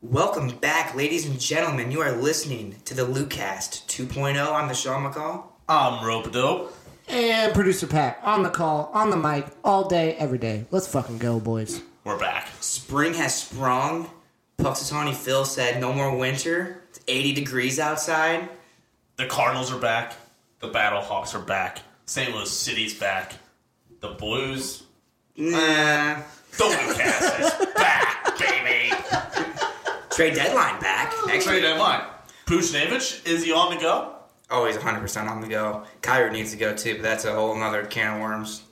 Welcome back, ladies and gentlemen. You are listening to the Lucast 2.0. I'm the Sean McCall. I'm rope dope. And producer Pat on the call, on the mic, all day, every day. Let's fucking go, boys. We're back. Spring has sprung. Puxatawny Phil said, "No more winter. It's 80 degrees outside." The Cardinals are back. The Battle Hawks are back. St. Louis City's back. The Blues. Nah. Dopecast is back, baby. Trade deadline back. Trade Actually, deadline. Puchnevich, is he on the go? always 100% on the go. Kyrie needs to go too, but that's a whole nother can of worms.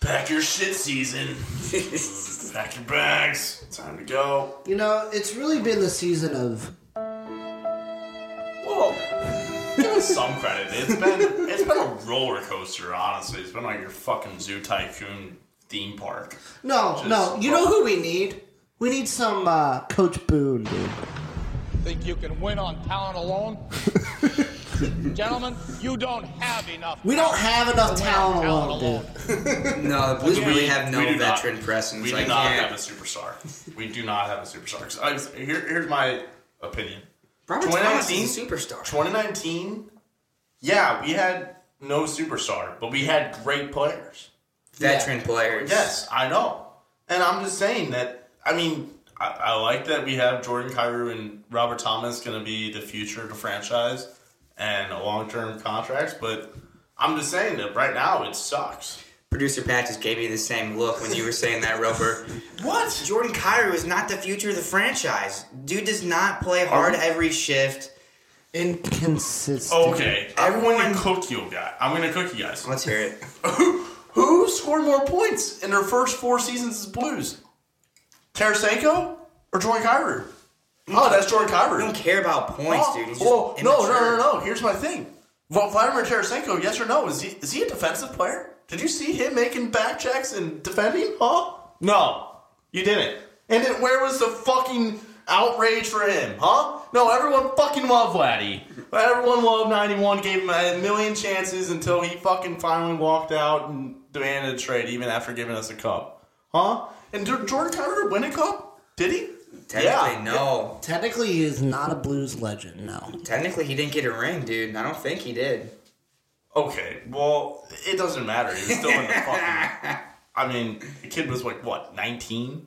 Pack your shit season. Pack your bags. Time to go. You know, it's really been the season of. Well, give us some credit. It's been it's been a roller coaster, honestly. It's been like your fucking zoo tycoon theme park. No, no. You know who we need? We need some uh, Coach Boone, dude. Think you can win on talent alone? Gentlemen, you don't have enough. We don't have enough Win on talent alone, dude. No, the Blues really We- have we no do not- veteran presence. We do I not can't- have a superstar. We do not have a superstar. So I was- here, here's my opinion. Robert Thomas is a superstar. 2019. Yeah, we had no superstar, but we had great players. Veteran players. Yes, I know. And I'm just saying that. I mean, I, I like that we have Jordan Cairo and Robert Thomas going to be the future of the franchise and long term contracts. But I'm just saying that right now it sucks. Producer Pat just gave me the same look when you were saying that, Roper. What? Jordan Cairo is not the future of the franchise. Dude does not play hard every shift. Inconsistent. Okay, I'm going Everyone- to cook you guys. I'm going to cook you guys. Let's hear it. Who, who scored more points in their first four seasons as Blues? Tarasenko or Jordan Cairo? Oh, that's Jordan Cairo. I don't care about points, Oh, dude. He's just well, no, no, immature. no, no, Here's my thing. Well, Vladimir Tarasenko, yes or no? Is he is he a defensive player? Did you see him making back checks and defending? Huh? No, you didn't. And then where was the fucking outrage for him? Huh? No, everyone fucking loved Vladdy. Everyone loved 91. Gave him a million chances until he fucking finally walked out and demanded a trade, even after giving us a cup. Huh? And did Jordan Carter win a cup? Did he? Technically, Yeah. no. Technically, he is not a blues legend, no. Technically, he didn't get a ring, dude. I don't think he did. Okay, well, it doesn't matter. He was still in the fucking. I mean, the kid was like what, nineteen?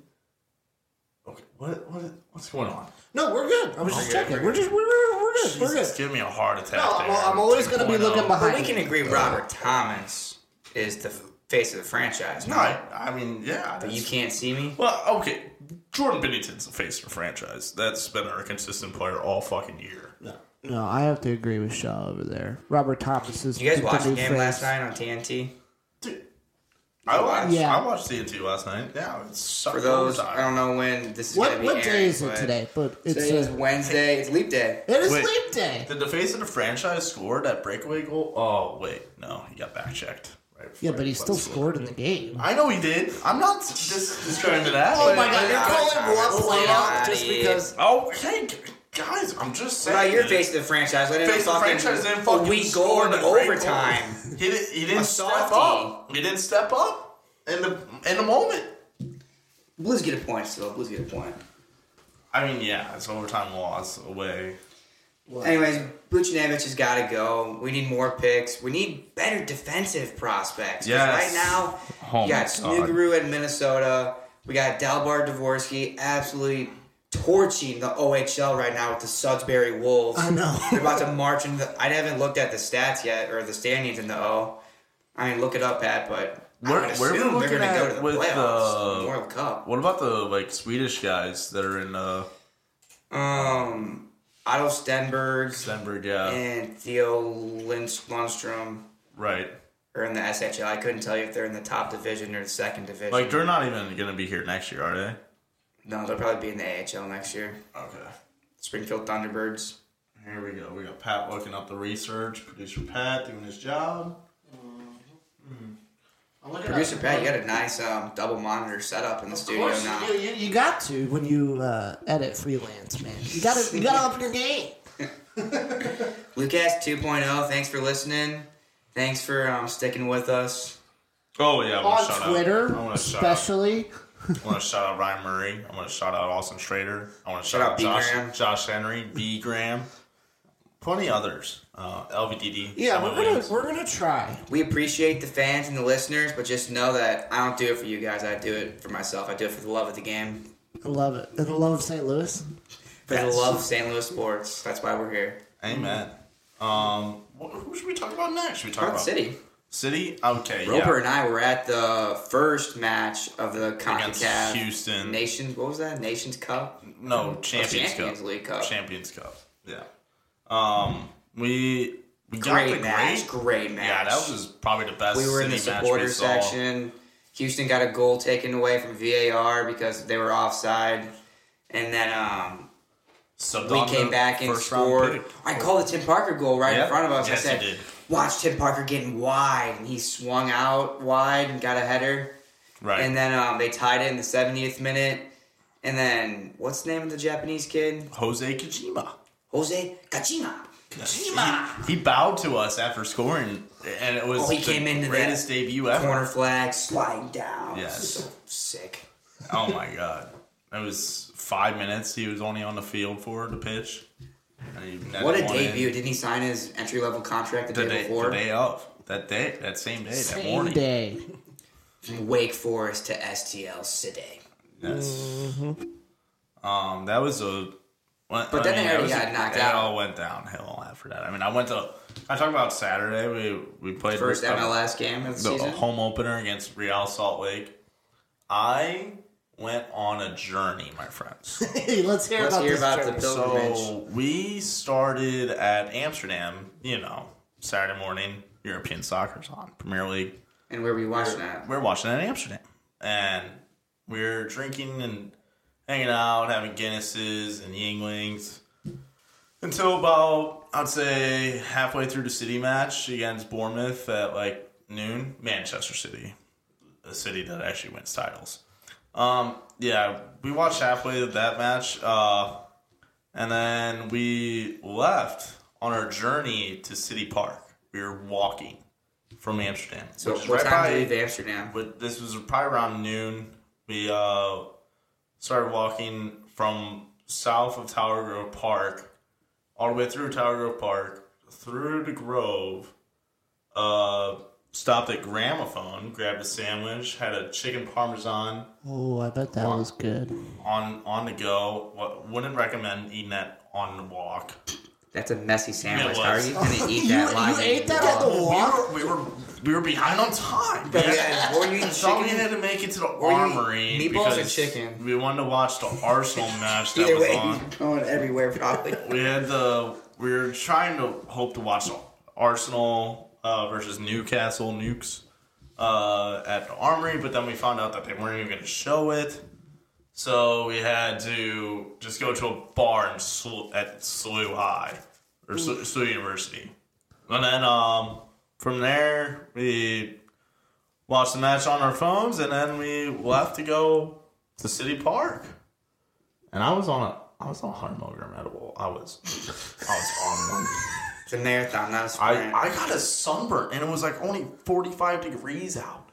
Okay, what what what's going on? No, we're good. I was just Okay, checking. we're We're just, we're, we're, we're good. We're Jesus, good. give me a heart attack. No, I'm, there. I'm always going to be 2.0. looking But behind. we can agree Robert Thomas is the f- face of the franchise. No, I, I mean, yeah. You that's- can't see me? Well, okay. Jordan Bennington's the face of the franchise. That's been our consistent player all fucking year. No, I have to agree with Shaw over there. Robert Thomas is You guys the watched the new game face. last night on TNT? Dude, I watched. Yeah. I watched TNT last night. Yeah, it's For those, I don't know when this is going to What be what day airing, is it but today? But it's Today is a, Wednesday. It's leap day. it is Wait. leap day. Did the face of the franchise score that breakaway goal? Oh wait, no, he got back checked. Right Yeah, before but he he still scored. scored in the game. I know he did. I'm not dis- describing to that. Oh but- my god, I- you're I- calling I- bluff playoff I- just because Oh, hey, g- guys, I'm just saying. About your face of the franchise. I didn't Face of the fucking, franchise didn't fucking a week score goal in the great goal. overtime. He, di- he A didn't step softie. up. He didn't step up in the in the moment. Blues get a point still. Blues get a point. I mean, yeah, it's overtime loss away. Anyways, Buchnevich has got to go. We need more picks. We need better defensive prospects. 'Cause Yes. Right now, Oh you my got Snuguru in Minnesota. We got Dalbar Dvorsky absolutely torching the OHL right now with the Sudbury Wolves. I know. They're about to march into the. I haven't looked at the stats yet or the standings in the O. I mean, look it up, Pat, but Where- I would where are we assume they're looking going to go at to the with playoffs, the- World Cup. What about the like Swedish guys that are in uh, Um, Otto Stenberg Denver? Yeah, and Theo Lund- Lundstrom right. are in the SHL. I couldn't tell you if they're in the top division or the second division. Like they're not even gonna be here next year, are they? no, they'll probably be in the AHL next year. Okay. Springfield Thunderbirds. Here we go. We got Pat looking up the research. Producer Pat doing his job. Producer Pat, you got a nice um, double monitor setup in the studio now. you, you, you got to when you uh, edit freelance, man. You gotta you gotta up your game. Lucas 2.0, thanks for listening. Thanks for um, sticking with us. Oh yeah, I wanna On shout out- Twitter, I wanna shout out. especially. I want to shout out Ryan Murray. I want to shout out Austin Schrader. I want to shout, Shout out out B. Josh, Graham. Josh Henry, B. Graham, plenty others. Uh, LVDD. Yeah, Simon we're gonna Williams. we're gonna try. We appreciate the fans and the listeners, but just know that I don't do it for you guys. I do it for myself. I do it for the love of the game, I love it. And the love of St. Louis. for Yes. the love of St. Louis sports. That's why we're here. Amen. Um, wh- who should we talk about next? Should we talk Park about City. City? Okay. Roper yeah. and I were at the first match of the Against CONCACAF Houston. Nations. What was that? Nations Cup. No Champions, Oh, Champions Cup. League Cup. Champions Cup. Yeah. Um, we we got the Great match. great. Great match. Yeah, that was probably the best. we were in the City match we supporter saw. section. Houston got a goal taken away from VAR because they were offside, and then um, Subbed we on came the back and first round scored. pick. I called the Tim Parker goal right Yeah. in front of us. Yes, I said, you did. "Watch Tim Parker getting wide," and he swung out wide and got a header. Right. And then um, they tied it in the 70th minute. And then what's the name of the Japanese kid? Jose Kojima. Jose Kachima. He, he bowed to us after scoring, and it was Oh, he the came into that greatest debut ever. Corner flag sliding down. Yes. So sick. Oh my god, it was five minutes. He was only on the field for the pitch. And he netted What a one in debut! Didn't he sign his entry level contract the, The day day, before? the day of that day, that same day, that Same morning. day. From Wake Forest to STL City. Yes. Um, that was a. Well, Mm-hmm. But then they that already was got a- knocked it out. all went downhill after that. I mean, I went to. I talked about Saturday. We we played First uh, MLS game of the the season. home opener against Real Salt Lake. I went on a journey, my friends. Hey, let's hear Let's about hear this. about the journey. Bill- So we started at Amsterdam, you know, Saturday morning, European soccer's on, Premier League. and where we watched that. We're watching it in Amsterdam. And we're drinking and hanging out, having Guinnesses and Yinglings. Until about I'd say halfway through the city match against Bournemouth at like noon. Manchester City. A city that actually wins titles. Um, yeah, we watched halfway of that match, uh, and then we left on our journey to City Park. We were walking from Amsterdam. So which is what right time by- did we leave Amsterdam? but this was probably around noon. We uh, started walking from south of Tower Grove Park, all the way through Tower Grove Park, through the Grove. Uh, stopped at Gramophone, grabbed a sandwich, had a chicken parmesan Oh, I bet that was good. on on the go. What wouldn't recommend eating that on the walk. That's a messy sandwich. How are was. you gonna eat You- that? you live? ate that at the Uh, We wall? were we were, we were behind on time. Yeah, and were you eating So we chicken? had to make it to the you armory eating meatballs or because chicken? we wanted to watch the Arsenal match that Either was way, on. you're going everywhere probably. We had the we were trying to hope to watch the Arsenal uh, versus Newcastle Nukes uh, at the armory, but then we found out that they weren't even going to show it. So we had to just go to a bar in Slu- at SLU High or Slu- SLU University, and then um, from there we watched the match on our phones, and then we left to go to City Park. And I was on a I was on a hundred milligram edible. I was I was on one. it's a marathon, not a I, sprint. I got a sunburn and it was like only forty five degrees out.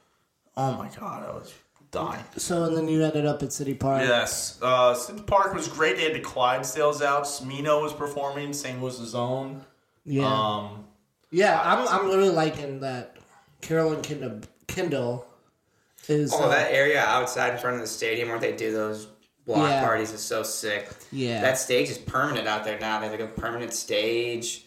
Oh my god, I was dying. So and then you ended up at City Park. Yes. Uh, City Park was great. They had the Clydesdales out. Smino was performing. St. Louis's own. Yeah. Um, Yeah, I'm I'm really liking that Carolyn Kindle Kindle is Oh, uh, that area outside in front of the stadium where they do those block Yeah. parties is so sick. Yeah. That stage is permanent out there now. They have like a permanent stage.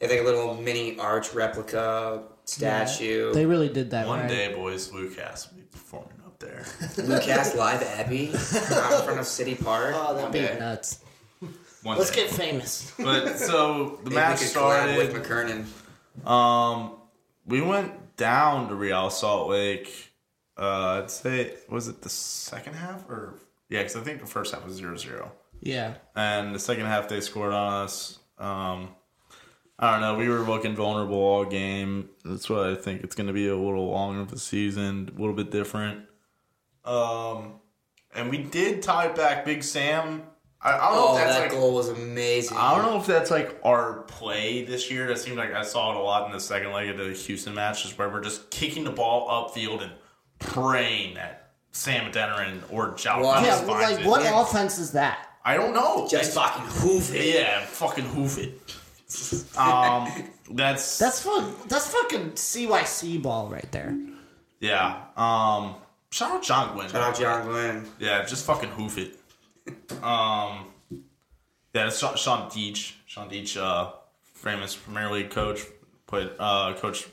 They have like a little mini arch replica statue. uh, they really did that one right. day, boys, Lucas will be performing up there. Lucas Live Abbey out in front of City Park. Oh, that'd One be day. nuts. One Let's day. get famous. But so the Maybe match we could collab started. with McKernan. Um, we went down to Real Salt Lake. Uh, I'd say was it the second half or yeah, because I think the first half was 0-0. Yeah. and the second half they scored on us. Um, I don't know. We were looking vulnerable all game. That's why I think it's going to be a little longer of a season, a little bit different. Um, and we did tie it back Big Sam. I, I don't Oh, know if that's that like goal was amazing. I don't know if that's like our play this year. That seemed like I saw it a lot in the second leg of the Houston match, is where we're just kicking the ball upfield and praying that Sam Denerin or Jalen. Yeah, like what offense is that? I don't know. Just fucking hoof it. yeah, fucking hoof it. Um, that's That's fuck. That's fucking CYC ball right there. yeah. Um, shout out John Glenn. Shout out John Glenn. Yeah, just fucking hoof it. Um, yeah, it's Sean, Sean Deitch. Sean Deitch, uh, famous Premier League coach, played uh, coach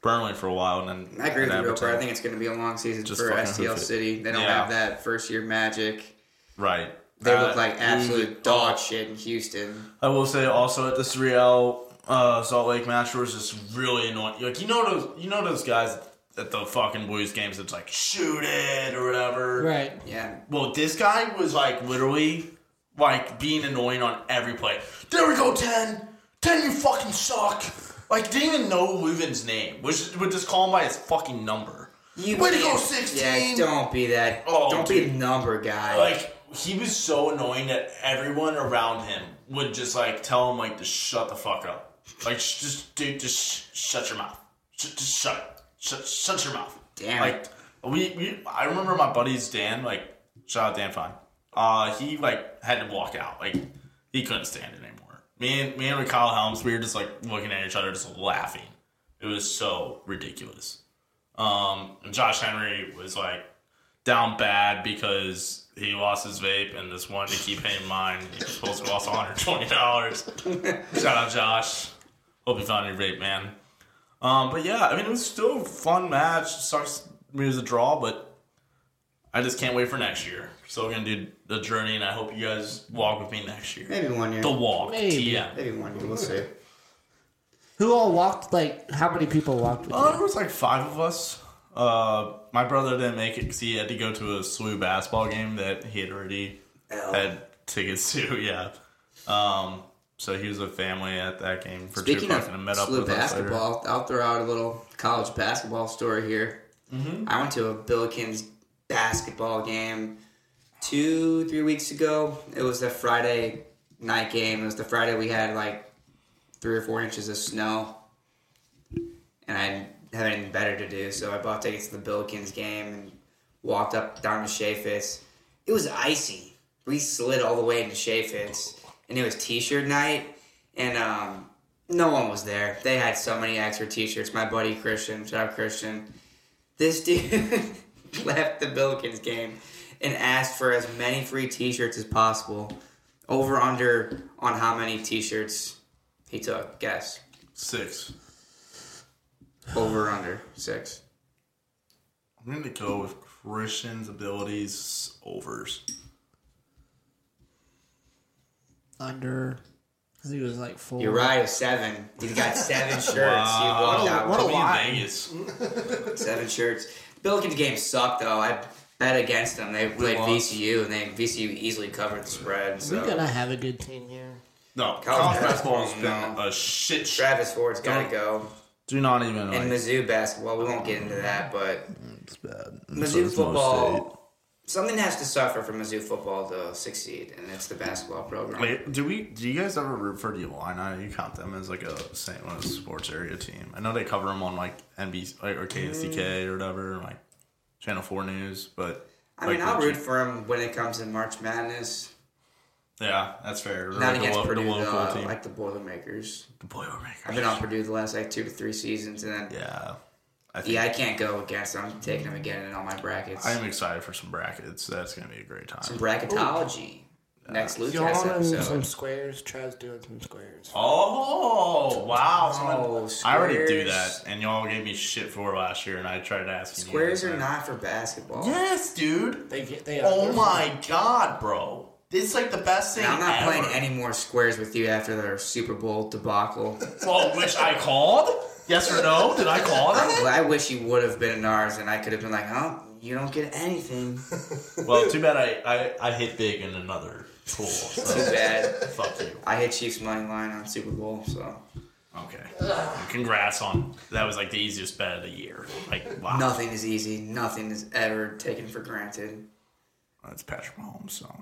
Burnley for a while, and then I agree with and you, real Everton. I think it's going to be a long season Just for fucking STL hoof it. City. They don't Yeah. have that first year magic. right. They Uh, look like we- absolute dog shit in Houston. I will say also at this Real uh, Salt Lake match was just really annoying. Like you know those you know those guys at the fucking Blues games. It's like shoot it or whatever. Right. Yeah. Well, this guy was like literally like being annoying on every play. There we go, ten. Ten, you fucking suck. Like didn't even know Leuven's name. Was would just call him by his fucking number. Way to go, can't- Yeah, sixteen. don't be that. Oh, don't be dude. a number guy. like he was so annoying that everyone around him would just like tell him like to shut the fuck up. Like sh- just dude, just sh- shut your mouth. Sh- just shut it. Shut, shut your mouth. Damn Like we, we, I remember my buddies Dan. Like shout out Dan Fine. Uh, he like had to walk out. Like he couldn't stand it anymore. Me and me and with Kyle Helms, we were just like looking at each other, just laughing. It was so ridiculous. Um, and Josh Henry was like down bad because he lost his vape and just wanted to keep him in mind. He was supposed to lost one hundred twenty dollars. Shout out Josh. Hope you found your vape, man. Um, but yeah, I mean it was still a fun match. Sucks it was a draw, but I just can't wait for next year. So we're gonna do the journey, and I hope you guys walk with me next year. maybe one year. The walk, Maybe. TM. Maybe one year. We'll see. Who all walked? Like how many people walked with Uh, you? there was like five of us. Uh, my brother didn't make it because he had to go to a SLU basketball game that he had already Oh. had tickets to. Yeah. Um, so he was with family at that game for Speaking two of bucks and met up SLU with us later. basketball, I'll throw out a little college basketball story here. Mm-hmm. I went to a Billikens basketball game two, three weeks ago. It was the Friday night game. It was the Friday we had like three or four inches of snow, and I didn't have anything better to do, so I bought tickets to the Billikens game and walked up down to Shafitz. It was icy. We slid all the way into Shafitz, and it was T-shirt night, and um, no one was there. They had so many extra T-shirts. My buddy Christian, shout out Christian. This dude left the Billikens game and asked for as many free T-shirts as possible. Over under on how many T-shirts he took? Guess. Six. Over under six. I'm going to go with Christian's abilities overs. Under. Because he was like four. You're right. It's seven. He's got seven shirts. He Wow. walked out What a with Put me in lie. Vegas. seven shirts. Billikens game sucked though. I bet against them. They played lost. VCU and they VCU easily covered the spread. We're So gonna have a good team here. No, college basketball has basketball, been a shit show. Travis Ford's gotta go. Do not even And like. Mizzou basketball, we won't get into that, but It's bad. Mizzou football. Something has to suffer for Mizzou football to succeed, and it's the basketball program. Wait, do we? Do you guys ever root for the Illini? You count them as like a St. Louis sports area team. I know they cover them on like NBC like, or KSDK Mm. or whatever, like Channel Four News. But I mean, like, I'll the- root for him when it comes in March Madness. Yeah, that's fair. Not They're like the against lo- the Purdue, local though. I team. like the Boilermakers. the Boilermakers. I've been on Purdue the last like two to three seasons, and then yeah, Yeah, I think I can't go against them. I'm taking them again in all my brackets. I am excited for some brackets. That's gonna be a great time. Some bracketology. Uh, Next Y'all Lucas doing some episode. squares. Trav's doing some squares. Oh wow! Oh, I already do squares. that, and y'all gave me shit for it last year, and I tried to ask you. Squares guys, are and- not for basketball. Yes, dude. They get. They. Oh they're- my god, bro! It's like the best thing. And I'm not ever. playing any more squares with you after their Super Bowl debacle. Well, which I called. Yes or no? Did I call Well, that? I wish you would have been in ours, and I could have been like, "Oh, you don't get anything." Well, too bad I, I, I hit big in another pool. Too So bad. fuck you. I hit Chiefs money line on Super Bowl, so Okay. Congrats on that was like the easiest bet of the year. Like wow. nothing is easy. Nothing is ever taken for granted. That's Uh, Patrick Mahomes. So.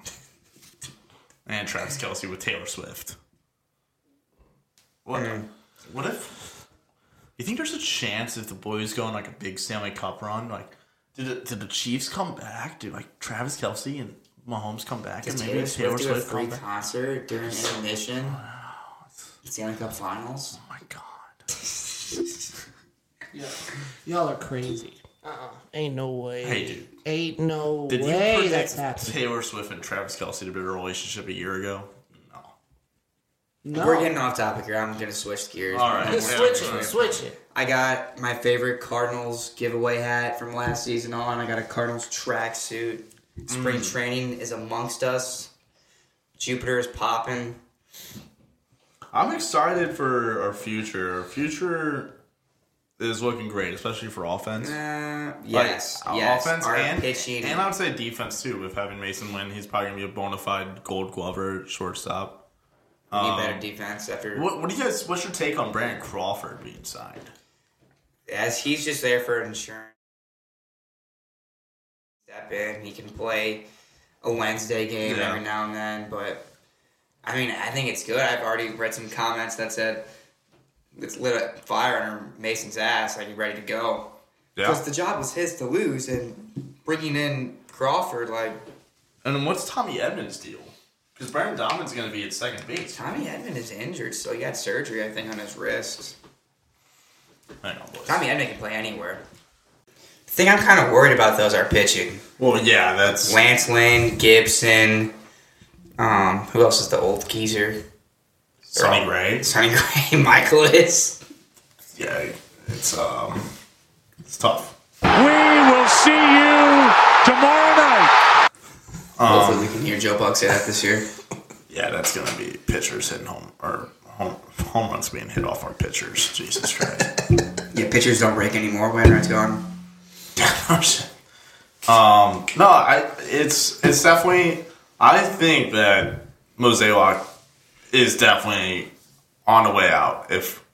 And Travis Kelsey with Taylor Swift. What? Mm. What if? You think there's a chance if the boys go on like a big Stanley Cup run, like Did, it, did the Chiefs come back? Did like Travis Kelsey and Mahomes come back? Does and Taylor maybe it's Taylor Swift do a Swift free come back? concert during intermission? Stanley Cup Finals. Oh my god! Y'all are crazy. Uh-uh. Ain't no way. Hey, dude. Ain't no Did you way predict that's happening. Taylor Swift and Travis Kelsey to be in a relationship a year ago? No. No. We're getting off topic here. I'm gonna switch gears. All right. switch it. Switch it. I got my favorite Cardinals giveaway hat from last season on. I got a Cardinals tracksuit. Spring Mm. training is amongst us. Jupiter is popping. I'm excited for our future. Our future is looking great, especially for offense. Uh, Like, yes, our yes. offense Our and pitching. and I would say defense too. With having Mason Wynn, he's probably gonna be a bona fide Gold Glover shortstop. we need better defense after. Um, What, what do you guys? What's your take on Brandon Crawford being signed? as he's just there for insurance. Step in, he can play a Wednesday game Yeah. every now and then, but I mean, I think it's good. I've already read some comments that said it's lit a fire under Mason's ass, like he's ready to go. Because the job was his to lose, and bringing in Crawford, like And then what's Tommy Edmonds' deal? Because Brandon Domin's gonna be at second base. Tommy Edmond is injured, so he had surgery, I think, on his wrist. Hang on, boys. Tommy Edmond can play anywhere. The thing I'm kind of worried about, though, is our pitching. Well, yeah, that's Lance Lynn, Gibson. Um, who else is the old geezer? Sonny Gray. Sonny Gray, Michaelis. Yeah, it's um, it's tough. Hopefully, we can hear Joe Buck say that this year. Yeah, that's gonna be pitchers hitting home or home home runs being hit off our pitchers. Jesus Christ. Yeah, pitchers don't break anymore. Wainwright's gone. um, no, I it's it's definitely. I think that Mosaic is definitely on the way out. If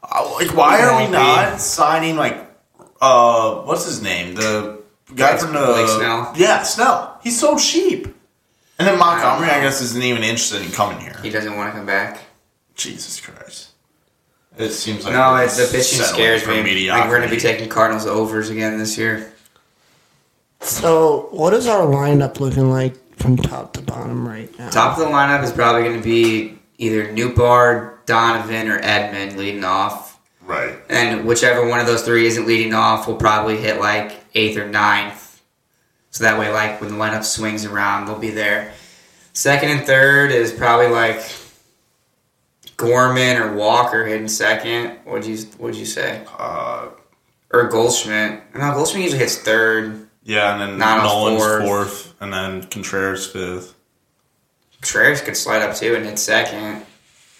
I- like, why are we not signing like uh, what's his name? The guy from the Blake Snell. Yeah, Snell. He's so cheap. And then Montgomery, I guess, isn't even interested in coming here. He doesn't want to come back. Jesus Christ. It seems like No, we're it's the pitching settling scares for me. Like we're going to mediocrity. be taking Cardinals overs again this year. So, what is our lineup looking like from top to bottom right now? Top of the lineup is probably going to be either Newbar, Donovan, or Edmond leading off. right. And whichever one of those three isn't leading off will probably hit like eighth or ninth. So that way, like when the lineup swings around, they'll be there. Second and third is probably like Gorman or Walker hitting second. What'd you What'd you say? Uh, Or Goldschmidt? No, Goldschmidt usually hits third. Yeah, and then Not a Nolan's fourth. fourth. and then Contreras fifth. Contreras could slide up too and hit second.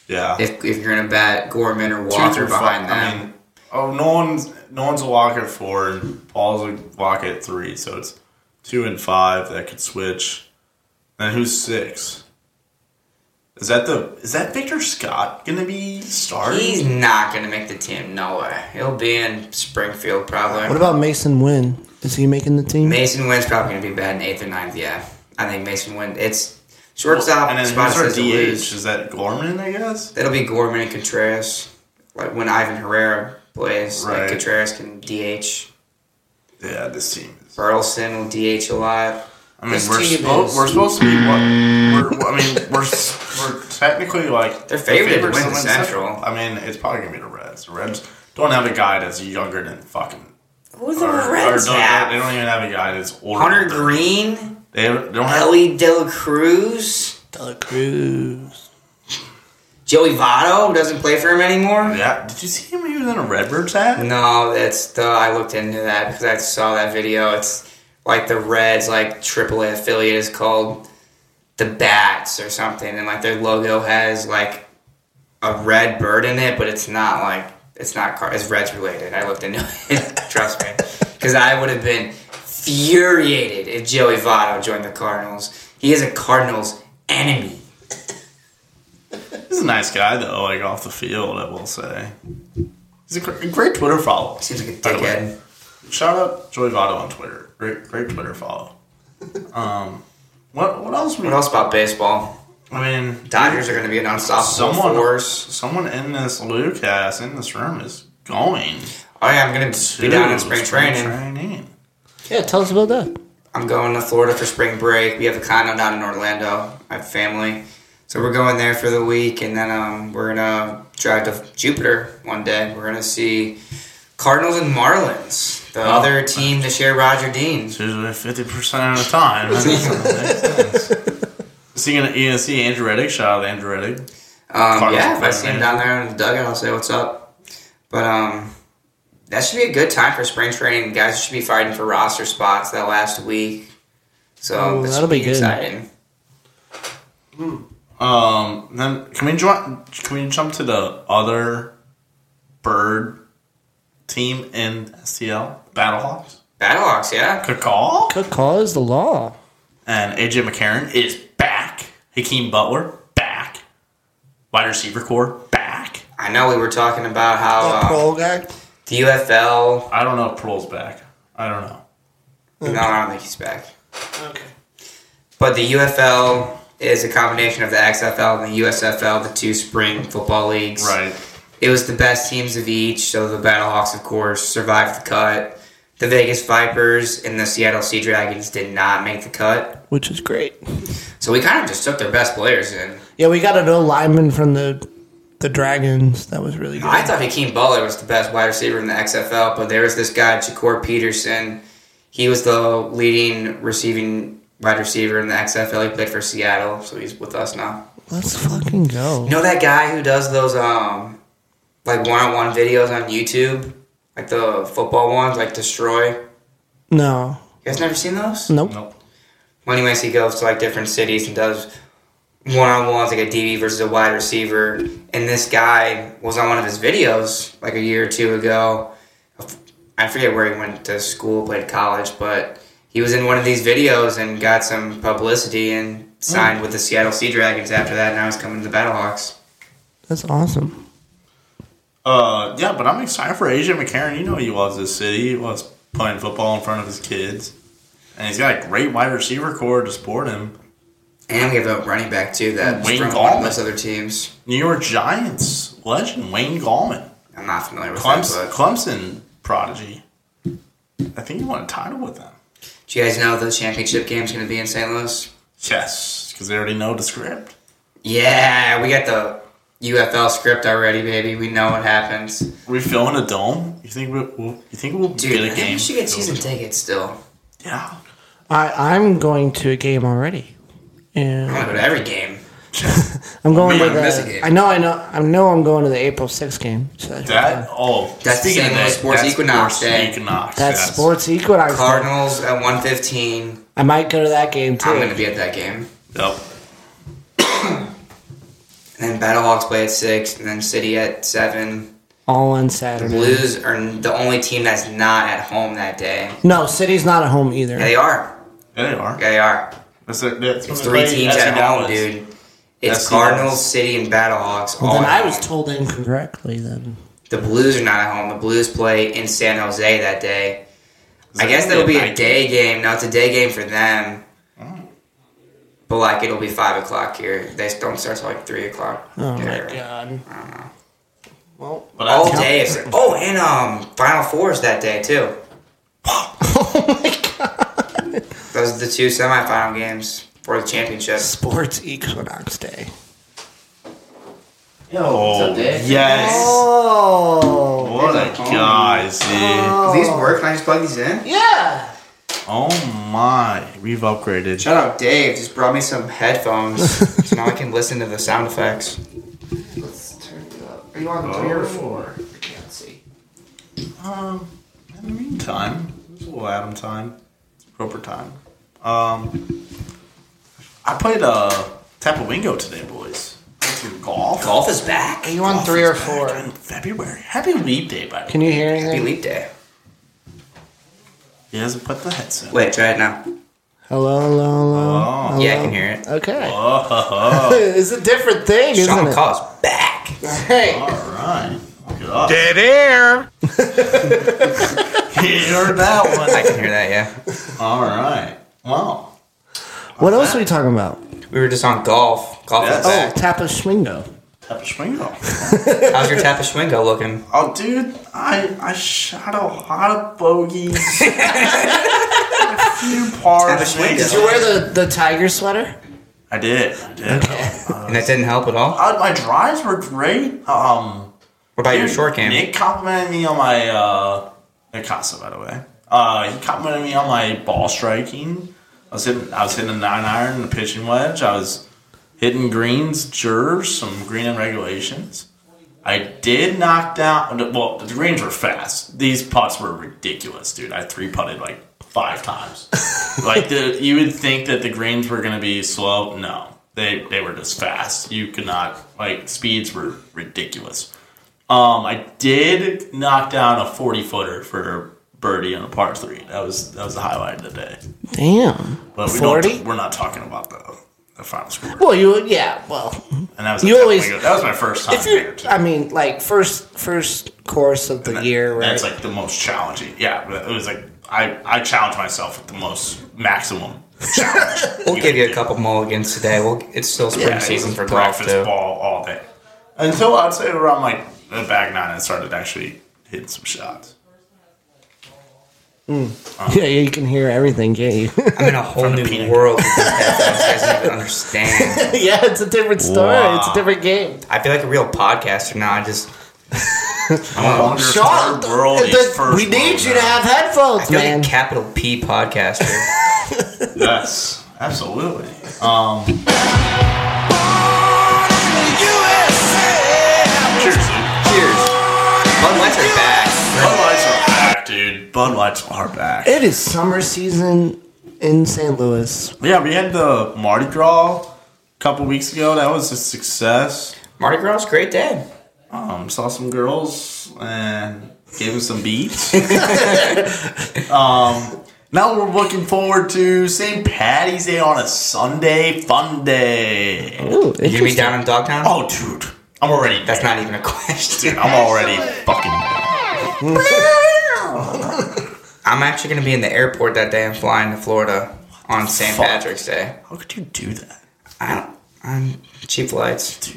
Yeah, If, if you're gonna bat Gorman or Two Walker through behind them, five- I mean, oh, Nolan's Nolan's a walk at four, and Paul's a walk at three, so it's two and five that could switch. And who's six? Is that the is that Victor Scott gonna be starting? he's not gonna make the team. No way. He'll be in Springfield probably. What about Mason Wynn? Is he making the team? Mason Wynn's probably going to be bad in eighth or ninth. Yeah, I think Mason Wynn. It's Well, shortstop. and then spot who's our says to DH? lose. Is that Gorman? I guess. That'll be Gorman and Contreras. Like when Ivan Herrera plays, like Right. Contreras can DH. Yeah, this team is. Burleson will DH a lot. I mean, This we're, team suppo- is- we're supposed to be what? We're, I mean, we're s- we're technically like They're favored to win the someone Central. I mean, it's probably gonna be the Reds. The Reds don't have a guy that's younger than fucking. Who's or- the or Reds don't- They have? don't even have a guy that's older. Hunter than them. Green, They have- they don't have. Ellie De La Cruz, Dela Cruz. Joey Votto doesn't play for him anymore. Yeah, did you see him? when He was in a Redbirds hat. No, that's the I looked into that because I saw that video. It's like the Reds, like AAA affiliate, is called the Bats or something, and like their logo has like a red bird in it, but it's not like it's not car- it's Reds related. I looked into it. Trust me, because I would have been furiated if Joey Votto joined the Cardinals. He is a Cardinals enemy. He's a nice guy though, like off the field, I will say. He's a gr- a great Twitter follow. Seems like a By the way. dickhead. Shout out Joey Votto on Twitter. Great, great Twitter follow. Um, what what else? We, What else about baseball? I mean, Dodgers are going to be an unstoppable Someone- force. someone in this Lucas in this room is going Oh yeah, I'm gonna to be down in spring training. training. Yeah, tell us about that. I'm going to Florida for spring break. We have a condo down in Orlando. I have family. So we're going there for the week, and then um, we're going to drive to Jupiter one day. We're going to see Cardinals and Marlins, the other team to share Roger Dean. Usually fifty percent of the time. That makes sense. Is he gonna, you gonna see Andrew Reddick? Shout out Andrew Reddick. Um, Cardinals yeah, if I fan, see him man. down there in the dugout, I'll say what's up. But um, that should be a good time for spring training. Guys should be fighting for roster spots that last week. So Oh, that that'll should be, be good. exciting. Um, then can we join? Can we jump to the other bird team in STL? Battlehawks. Battlehawks, yeah. Kakal Good call is the law. and AJ McCarron is back. Hakeem Butler back. Wide receiver core back. I know we were talking about how um, guy. the UFL. I don't know if Pearl's back. I don't know. No, I don't think he's back. But the UFL is a combination of the XFL and the USFL, the two spring football leagues. Right. It was the best teams of each. So the Battlehawks, of course, survived the cut. The Vegas Vipers and the Seattle Sea Dragons did not make the cut. Which is great. So we kind of just took their best players in. Yeah, we got an old lineman from the the Dragons. That was really good. I thought Hakeem Butler was the best wide receiver in the XFL, but there was this guy, Jacor Peterson. He was the leading receiving wide receiver in the XFL. He played for Seattle, so he's with us now. Let's fucking go. You know that guy who does those um like one on one videos on YouTube? Like the football ones, like Destroy. You No. guys never seen those? Nope. Nope. Well anyways he goes to like different cities and does one on ones like a DB versus a wide receiver. And this guy was on one of his videos like a year or two ago. I forget where he went to school, played college, but he was in one of these videos and got some publicity and signed with the Seattle Sea Dragons after that. Now he's coming to the Battlehawks. That's awesome. Uh, yeah, but I'm excited for Asia McCarron. You know he loves this city. He loves playing football in front of his kids, and he's got a great wide receiver core to support him. And we have a running back too that's Wayne from one of Gallman. those other teams. New York Giants legend Wayne Gallman, I'm not familiar with him, Clemson, but Clemson prodigy. I think he won a title with them. do you guys know the championship game's going to be in St. Louis? Yes, because they already know the script. Yeah, we got the UFL script already, baby. We know what happens. We fill in a dome. You think we'll? we'll- You think we'll Dude, get I a think game? we should get season tickets still. Yeah. I I'm going to a game already. I'm Yeah. going to go to every game. I'm going Man, with. miss a The, game. I know. I know. I know. I'm going to the April 6th game. So that's That oh, That's the speaking St. of Louis that, Sports that's Equinox Sports Day. Equinox, That's yes. sports equinox. Cardinals at 115. I might go to that game too. I'm going to be at that game. Yep. And then Battlehawks play at 6, and then City at 7. All on The Saturday. Blues are the only team that's not at home that day. No, City's not at home either. Yeah, they are. There they are. Yeah, they are. That's it. That's It's three teams at home, dude. It's That's Cardinals, Dallas. City, and Battlehawks. all then at I was home. told incorrectly. Then the Blues are not at home. The Blues play in San Jose that day. I guess that'll be a day game. Now it's a day game for them, Oh. but like it'll be five o'clock here. They don't start till like three o'clock. Oh here. my god. Well, But All I, day. It's, oh, and um, Final Four is that day too. oh my god. Those are the two semifinal games for the championship. Sports Equinox Day. oh, Dave? yes. Oh. What a guy, dude. These work. Can I just plug these in? Yeah. Oh my. We've upgraded. Shout out Dave. Just brought me some headphones, so now I can listen to the sound effects. Oh. Let's turn it up. Are you on three or four? I can't see. Um, in the meantime, it's a little Adam time. It's proper time. Um, I played uh, Tapawingo today, boys. Played some golf. Golf is back. Are you on Golf three is or back four? in February. Happy Leap Day, by the way. Can you hear Happy anything? Leap Day. He hasn't put the headset. Wait, try it now. Hello, hello, hello. Oh. Yeah, I can hear it. Okay. Oh, ho, ho. It's a different thing, Sean isn't Call is back. it? Hey. All right. Dead air. you heard that I one. can hear that, yeah. All right. Wow. What else are we talking about? We were just on golf. Golf Yes. is Oh, back. Tapa Schwingo. Tapashwingo. How's your Tapashwingo looking? Oh, dude, I I shot a lot of bogeys. few pars. Abish window. Did you wear the, the tiger sweater? I did. I did. and that didn't help at all. Uh, my drives were great. Um, What about your dude, short game? Nick complimented me on my uh, Mikasa, by the way. Uh, he complimented me on my ball striking. I was hitting, I was hitting a nine iron and a pitching wedge. I was hitting greens, jurors, some green and regulations. I did knock down. Well, the greens were fast. These putts were ridiculous, dude. I three putted like five times. like the, you would think that the greens were going to be slow. No, they they were just fast. You could not like speeds were ridiculous. Um, I did knock down a forty footer for birdie on a par three. That was that was the highlight of the day. Damn. But we 40? Don't, we're not talking about the the final score. Well, you yeah. Well, And that was a You always- definitely good- that was my first time if you, here. are I mean, like first first course of the year, right? That's like the most challenging. Yeah, but it was like I I challenged myself with the most maximum challenge. We'll give you a couple mulligans today. We'll, it's still spring Yeah, it season was for golf, breakfast too. ball all day. Until I'd say around like the back nine, I started actually hitting some shots. yeah, you can hear everything, can't you? I'm in a whole new peanut. world with these headphones. You guys don't even understand. yeah, it's a different story. Wow. It's a different game. I feel like a real podcaster now. I just I wonder if Sean, third world th- is th- first we need world you now. to have I headphones, feel man. like a capital P podcaster. Yes, absolutely. Um, cheers, dude. Cheers. Bud Lights are back. Bud Lights are back, dude. Bud Lights are back. it is summer season in St. Louis. Yeah, we had the Mardi Gras a couple weeks ago. That was a success. Mardi Gras, great day. Um, saw some girls and gave them some beats. um, now we're looking forward to St. Patty's Day on a Sunday, fun day. Ooh, You gonna be down in Dogtown? Oh, dude, I'm already. That's not even a question. Dude, I'm already fucking. I'm actually gonna be in the airport that day. I'm flying to Florida on St. fuck? Patrick's Day. How could you do that? I don't. I'm cheap flights.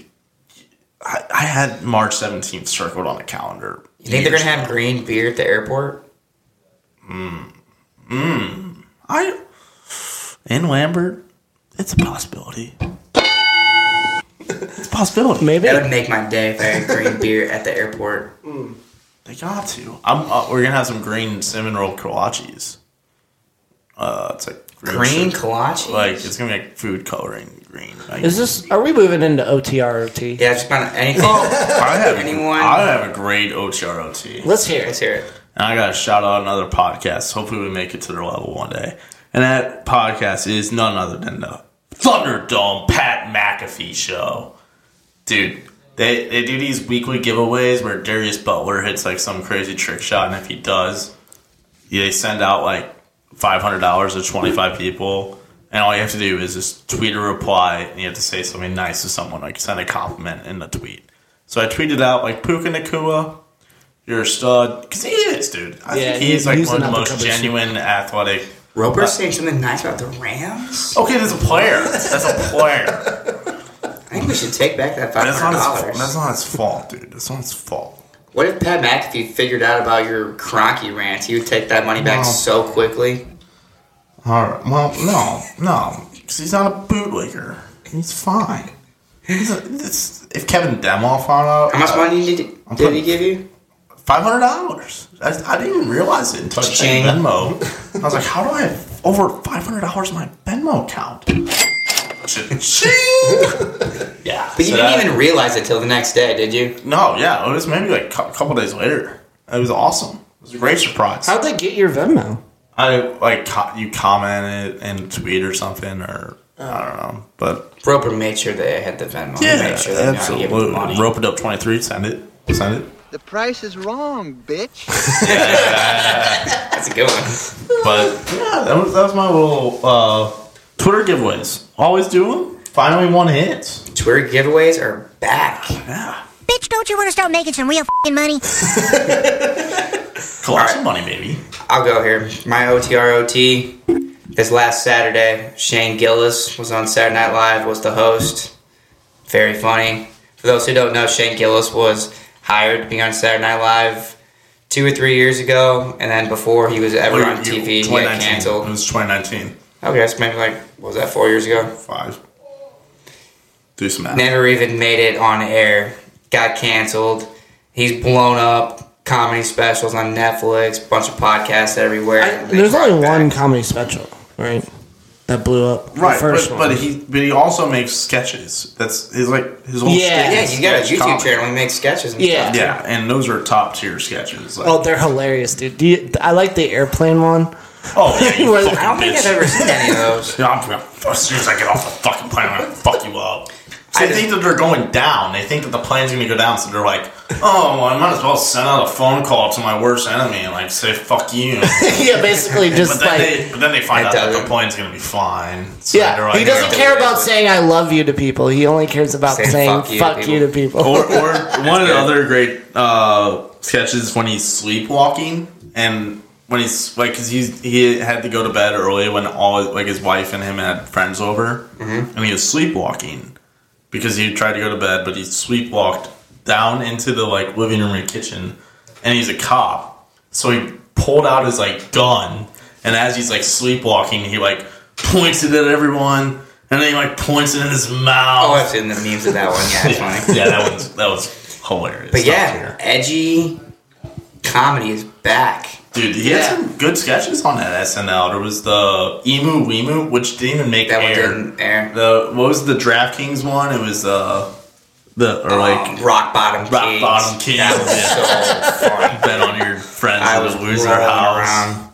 I, I had March 17th circled on the calendar. You think they're gonna have green beer at the airport? I in Lambert? It's a possibility. it's a possibility. Maybe. That would make my day if I had green beer at the airport. They got to. I'm. Uh, we're gonna have some green cinnamon roll kolaches. Uh, it's like Green shit. kolaches. Like it's gonna be like food coloring green. Like, Is this? Are we moving into OTROT? yeah, just about anything. I have Anyone? I have a great OTROT. Let's hear Let's it. hear it. And I got to shout out another podcast. Hopefully, we make it to their level one day. And that podcast is none other than the Thunderdome Pat McAfee Show. Dude, they, they do these weekly giveaways where Darius Butler hits like some crazy trick shot, and if he does, they send out like $500 to 25 people. And all you have to do is just tweet a reply, and you have to say something nice to someone, like send a compliment in the tweet. So I tweeted out like Puka Nakua, you're a stud because he is, dude. I Yeah, think he's he- like he's one of the an most undercover genuine athletic. Roper's saying something nice about the Rams. Okay, that's a player. That's a player. I think we should take back that five that's hundred not his. fault. dollars. That's not his fault, dude. That's not his fault. What if Pat McAfee figured out about your Cronky rant? He would take that money back No. so quickly. All right. Well, no, no, because he's not a bootlegger. He's fine. He's a, it's, if Kevin Demoff found out, uh, How much money did, did he give you? Five hundred dollars. I, I didn't even realize it until I checked Cha-ching. Venmo. I was like, how do I have over five hundred dollars in my Venmo account? Cha-ching! yeah. But you didn't even realize it till the next day, did you? No, yeah, it was maybe like a cou- couple days later. It was awesome. It was a great surprise. How'd they get your Venmo? I like co- you commented and tweet or something or I don't know, but Roper made sure they had the Venmo. He yeah, made sure they knew how to give the absolutely. money. Rope it up twenty three. Send it. Send it. The price is wrong, bitch. That's a good one. But yeah, that was that was my little uh, Twitter giveaways. Always do them. Finally, one hit. Twitter giveaways are back. Yeah, Bitch, don't you want to start making some real fing money? colossal money, baby. I'll go here. My OTROT. This last Saturday, Shane Gillis was on Saturday Night Live, was the host. Very funny. For those who don't know, Shane Gillis was hired to be on Saturday Night Live two or three years ago, and then before he was ever on Oh, You- Mm-hmm. TV, he got 2019. It canceled. was 2019. Okay, that's maybe like what was that four years ago? Five. Do some math. Never even made it on air. Got canceled. He's blown up. Comedy specials on Netflix. Bunch of podcasts everywhere. They There's brought only back- one comedy special, right? That blew up. The Right, first but, one. but he but he also makes sketches. That's his like his whole Yeah. Sketch, Yeah, is he's got a sketch YouTube comedy. channel. He makes sketches and Yeah. stuff. Yeah, and those are top tier sketches. Like, oh, they're hilarious, dude. Do you, I like the airplane one. oh, yeah, you Well, fucking I don't think bitch. I've ever seen any of those. Yeah, I'm, gonna- as soon as I get off the fucking plane, I'm gonna fuck you up. So I they just- think that they're going down. They think that the plane's gonna go down. So they're like, "Oh, well, I might as well send out a phone call to my worst enemy and like say fuck you." yeah, basically But just then, like. they, but then they find I out that the doesn't- plane's gonna be fine. So they're yeah, like, he doesn't "Oh." care about saying "I love you" to people. He only cares about Saying saying fuck you to "fuck you" to people. or, or one of the other great uh, sketches when he's sleepwalking and when he's like because he's he had to go to bed early when all like his wife and him had friends over and he was sleepwalking because he tried to go to bed but he sleepwalked down into the like living room or kitchen and he's a cop so he pulled out his like gun and as he's like sleepwalking he like points it at everyone and then he like points it in his mouth Oh, I've seen the memes of that one. Yeah, it's funny. yeah, that was that was hilarious. But Top yeah, tier. edgy comedy is back. dude, he had Yeah. some good sketches on that SNL. There was the Emu Wemu, which didn't even make That one air. didn't air. The what was the DraftKings one? It was uh the or like Um, rock bottom. Rock Kings. Bottom Kings, That was so funny. bet on your friends I I was would lose losing their house. around.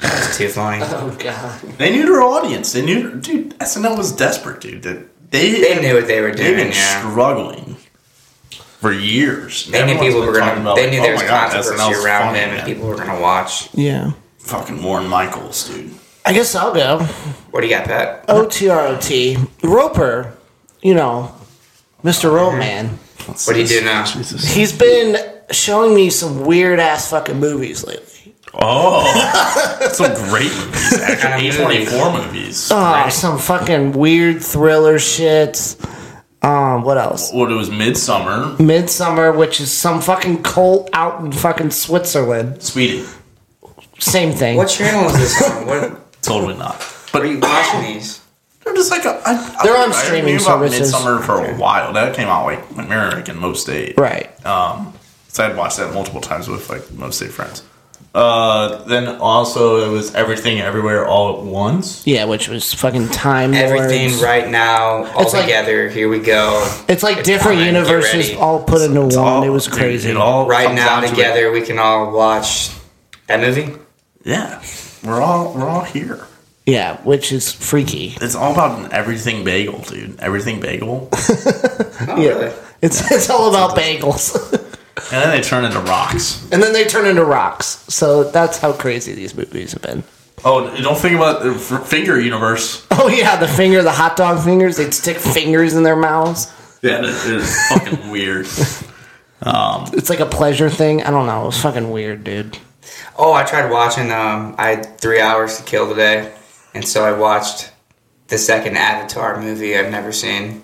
That was too funny. oh god. They knew their audience. They knew, dude. SNL was desperate, dude. They they, They knew what they were they've doing. been yeah. struggling for years. They knew Everyone's people been were talking gonna. about, they like, knew "Oh there was my God, controversy SNL's around funny, him, man." and people were gonna watch. Yeah. Fucking Warren Michaels, dude. I guess I'll go. What do you got, Pat? OTROT. Roper, you know, Mr. Mm-hmm. Roman. What do you do now? He's been showing me some weird ass fucking movies lately. Oh, some great movies. Actually, A twenty four movies. Oh, some fucking weird thriller shit. Um, what else? What it was Midsummer, Midsummer, which is some fucking cult out in fucking Switzerland. Sweden. Same thing. What channel is this on? What Totally not. are But you watching these? they're just like a, I, They're I- on I streaming knew about services. Midsummer for a while. That came out like when American most day. Right. Um, so I'd watched that multiple times with like most day friends. Uh, then also it was Everything Everywhere All at Once. Yeah, which was fucking Time Everything Lords. right now, all It's like- together. here we go. It's like different Time, get universes ready. all put into one. All- it was dude, crazy. it all Right comes now, down to it. together, we can all watch that movie. Yeah, we're all we're all here. yeah, which is freaky. It's all about an everything bagel, dude. Everything bagel. Oh, really? It's it's all about bagels. And then they turn into rocks. And then they turn into rocks. So that's how crazy these movies have been. Oh, don't think about the f- finger universe. Oh yeah, the finger, the hot dog fingers. They'd stick fingers in their mouths. Yeah, that is fucking weird. It's like a pleasure thing. I don't know. It was fucking weird, dude. Oh, I tried watching. Um, I had three hours to kill today, and so I watched the second Avatar movie I've never seen.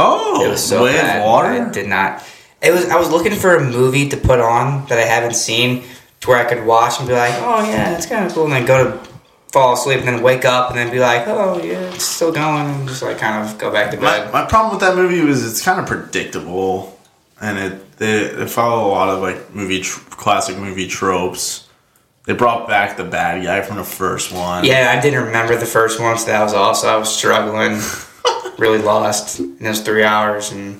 Oh, It was so way of bad. I water. did not. It was. I was looking for a movie to put on that I haven't seen, to where I could watch and be like, "Oh yeah, that's kind of cool," and then go to fall asleep, and then wake up, and then be like, "Oh yeah, it's still going," and just like kind of go back to My, bed. my problem with that movie was it's kind of predictable, and it it, it followed a lot of like movie tr- classic movie tropes. They brought back the bad guy from the first one. Yeah, I didn't remember the first one, so that was also I was struggling, really lost. And it was three hours, and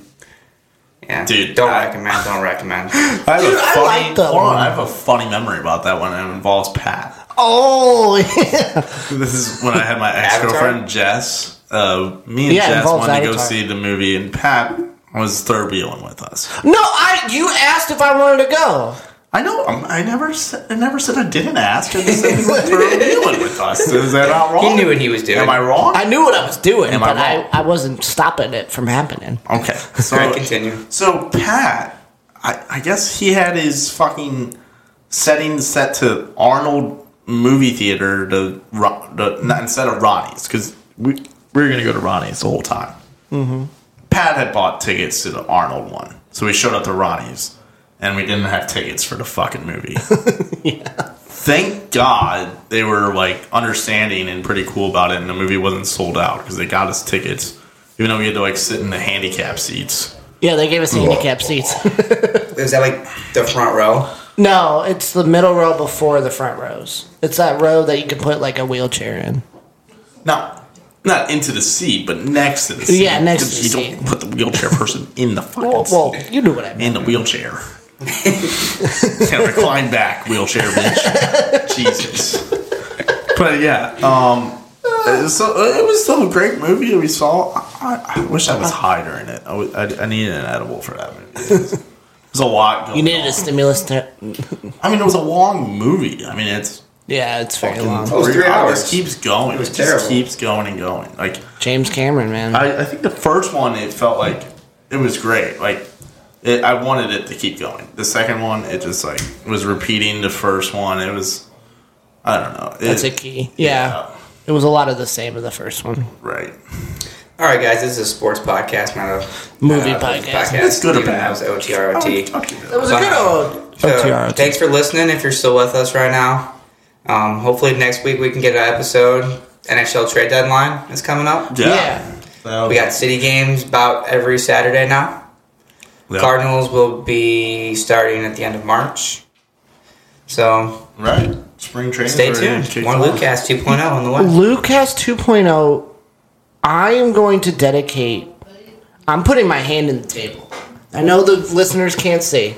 yeah, Dude, don't I- recommend. Don't recommend. I have a I funny. like that hold on, one. I have a funny memory about that one. and It involves Pat. Oh yeah. This is when I had my ex girlfriend Jess. Uh, me and Yeah, it Jess involves wanted to go Avatar. see the movie, and Pat was third wheeling with us. No, I. You asked if I wanted to go. I know. um, I never. Said, I never said I didn't ask. I just said you were third wheeling with us. Is that not wrong? He knew what he was doing. Am I wrong? I knew what I was doing, Am I but I, wrong? I, wasn't stopping it from happening. okay. So All right, continue. So Pat, I, I guess he had his fucking setting set to Arnold movie theater to, Ro- to not, instead of Ronnie's because we we were gonna go to Ronnie's the whole time. Mm-hmm. Pat had bought tickets to the Arnold one, so we showed up to Ronnie's, and we didn't have tickets for the fucking movie. Thank God they were like understanding and pretty cool about it, and the movie wasn't sold out because they got us tickets, even though we had to like sit in the handicap seats. Yeah, they gave us handicap seats. Is that like the front row? no, it's the middle row before the front rows. It's that row that you can put like a wheelchair in. Not not into the seat, but next to the seat. Yeah, next to the you seat. don't put the wheelchair person in the fucking Well, well you know what I seat. mean. in the wheelchair. Can't recline back, wheelchair bitch. Jesus. But yeah, um, uh, so uh, it was still a great movie that we saw. I, I, I wish I was high during it. I, was- I- I needed an edible for that movie. It was, it was a lot. Going You needed on. a stimulus. To, I mean, it was a long movie. I mean, it's yeah, it's very long. was three hours. It keeps going. It, was just terrible. keeps going and going. Like James Cameron, man. I, I think the first one, it felt like it was great. Like it, I wanted it to keep going. The second one, it just like was repeating the first one. It was, I don't know. It, That's a key. Yeah. It was a lot of the same as the first one. right. All right, guys, this is a sports podcast, not a Movie not a podcast. It's good or even though bad. It was Oh, OTROT. I'll give it It a- was a good old. So, OTROT. Thanks for listening. If you're still with us right now, um, hopefully next week we can get an episode. NHL trade deadline is coming up. Yeah. That'll- We got city games about every Saturday now. yeah. Cardinals will be starting at the end of March. So Right. Spring training. stay tuned. One Lucas 2.0 on the way. Lucas 2.0, oh. I am going to dedicate. I'm putting my hand in the table. I know the listeners can't see,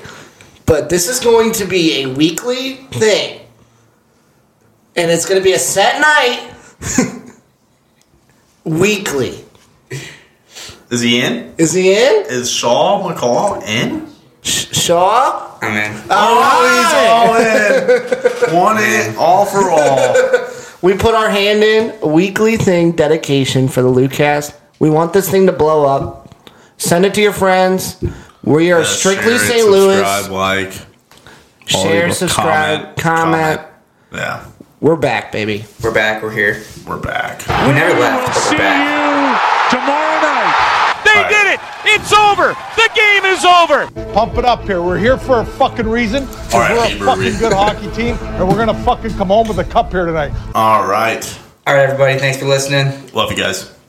but this is going to be a weekly thing. And it's going to be a set night. weekly. Is he in? Is he in? Is Shaw McCall in? Sh- Shaw? I'm in. All in. One in. Oh, All for all. We put our hand in a weekly thing dedication for the Lucas. We want this thing to blow up. Send it to your friends. We are strictly Share it, St. Louis. Subscribe, like, all Share, your- subscribe, comment. Yeah, We're back, baby. We're back. We're here. we're back. We never left, but we're back. tomorrow night. They All right. did it. It's over. The game is over. Pump it up here. We're here for a fucking reason. 'cause All right, we're a Hebrew, fucking we- good hockey team, and we're gonna fucking come home with a cup here tonight. All right, All right, everybody. Thanks for listening. love you guys.